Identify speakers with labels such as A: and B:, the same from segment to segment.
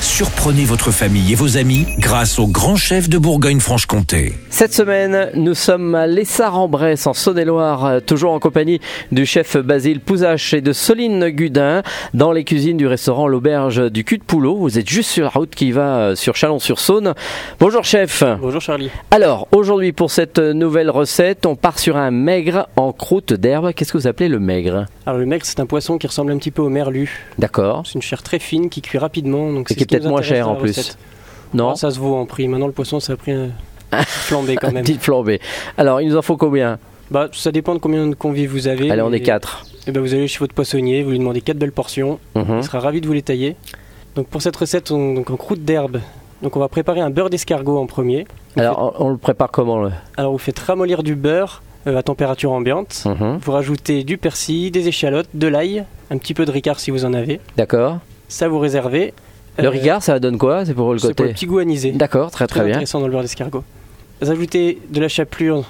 A: Surprenez votre famille et vos amis grâce au grand chef de Bourgogne-Franche-Comté.
B: Cette semaine, nous sommes à Lessard-en-Bresse, en Saône-et-Loire, euh, toujours en compagnie du chef Basile Pouzache et de Soline Gudin, dans les cuisines du restaurant L'Auberge du Cul de Poulot. Vous êtes juste sur la route qui va euh, sur Chalon-sur-Saône. Bonjour chef
C: Bonjour Charlie.
B: Alors, aujourd'hui, pour cette nouvelle recette, on part sur un maigre en croûte d'herbe. Qu'est-ce que vous appelez le maigre
C: Alors le mec, c'est un poisson qui ressemble un petit peu au merlu.
B: D'accord.
C: C'est une chair très fine qui cuit rapidement. Donc
B: Et
C: c'est
B: qui est
C: ce nous
B: peut-être moins
C: intéresse
B: cher
C: dans
B: en
C: la
B: plus.
C: recette.
B: Non
C: Ah, ça se vaut en prix. Maintenant, le poisson, ça a pris un flambé quand même.
B: Petite flambée. Alors, il nous en faut combien
C: Bah, ça dépend de combien de convives vous avez.
B: Allez, on
C: mais-
B: est quatre.
C: Eh ben, vous allez chez votre poissonnier, vous lui demandez quatre belles portions.
B: Mhm.
C: Il sera ravi de vous les tailler. Donc pour cette recette, on, donc en croûte d'herbe, donc on va préparer un beurre d'escargot en premier. Vous
B: Alors, on, on le prépare comment le...
C: faites- alors vous faites ramollir du beurre euh, à température ambiante.
B: Mhm.
C: Vous rajoutez du persil, des échalotes, de l'ail, un petit peu de ricard si vous en avez.
B: D'accord.
C: Ça vous réservez.
B: Le
C: Euh,
B: regard, ça donne quoi C'est pour le
C: C'est pour le
B: côté
C: petit goût anisé.
B: D'accord, très très,
C: Très,
B: bien.
C: intéressant dans le beurre d'escargot. Vous ajoutez de la chapelure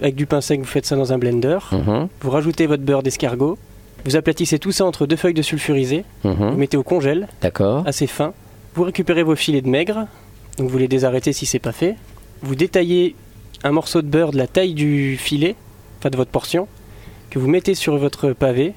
C: avec du pain sec, vous faites ça dans un blender.
B: Mhm,
C: Vous rajoutez votre beurre d'escargot. Vous aplatissez tout ça entre deux feuilles de sulfurisé. Vous
B: mhm,
C: mettez au congèle,
B: D'accord.
C: assez fin. Vous récupérez vos filets de maigre. Donc vous les désarrêtez si c'est pas fait. Vous détaillez un morceau de beurre de la taille du filet, enfin de votre portion, que vous mettez sur votre pavé.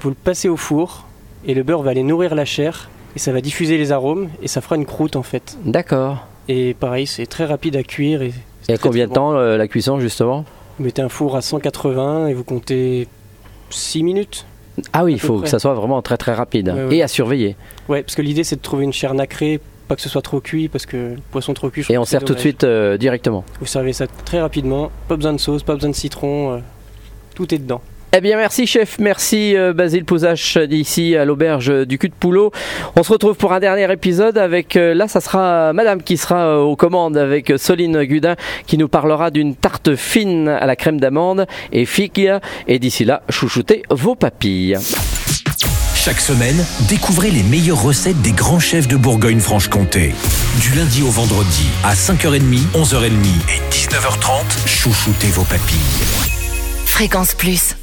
C: Vous le passez au four et le beurre va aller nourrir la chair et ça va diffuser les arômes et ça fera une croûte en fait.
B: D'accord.
C: Et pareil, c'est très rapide à cuire. Et, c'est
B: Et
C: très,
B: combien
C: très
B: de
C: bon.
B: temps euh, la cuisson justement
C: Vous mettez un four à 180 et vous comptez 6 minutes.
B: Ah oui,
C: À
B: il
C: peu
B: faut que
C: près.
B: ça soit vraiment très très rapide
C: Ouais, ouais.
B: et à surveiller.
C: Ouais, parce que l'idée c'est de trouver une chair nacrée, pas que ce soit trop cuit, parce que le poisson trop cuit. je
B: Et
C: trouve
B: on
C: que c'est
B: sert tout de
C: dommage.
B: suite euh, directement.
C: Vous servez ça très rapidement, pas besoin de sauce, pas besoin de citron, euh, tout est dedans.
B: Eh bien merci chef, merci euh, Basile Pouzache d'ici à l'auberge du cul de Poulot. On se retrouve pour un dernier épisode avec, euh, là ça sera madame qui sera euh, aux commandes avec euh, Soline Gudin qui nous parlera d'une tarte fine à la crème d'amande et figue. Et d'ici là, chouchoutez vos papilles.
A: Chaque semaine, découvrez les meilleures recettes des grands chefs de Bourgogne-Franche-Comté. Du lundi au vendredi, à 5h30, 11h30 et 19h30, chouchoutez vos papilles.
D: Fréquence Plus.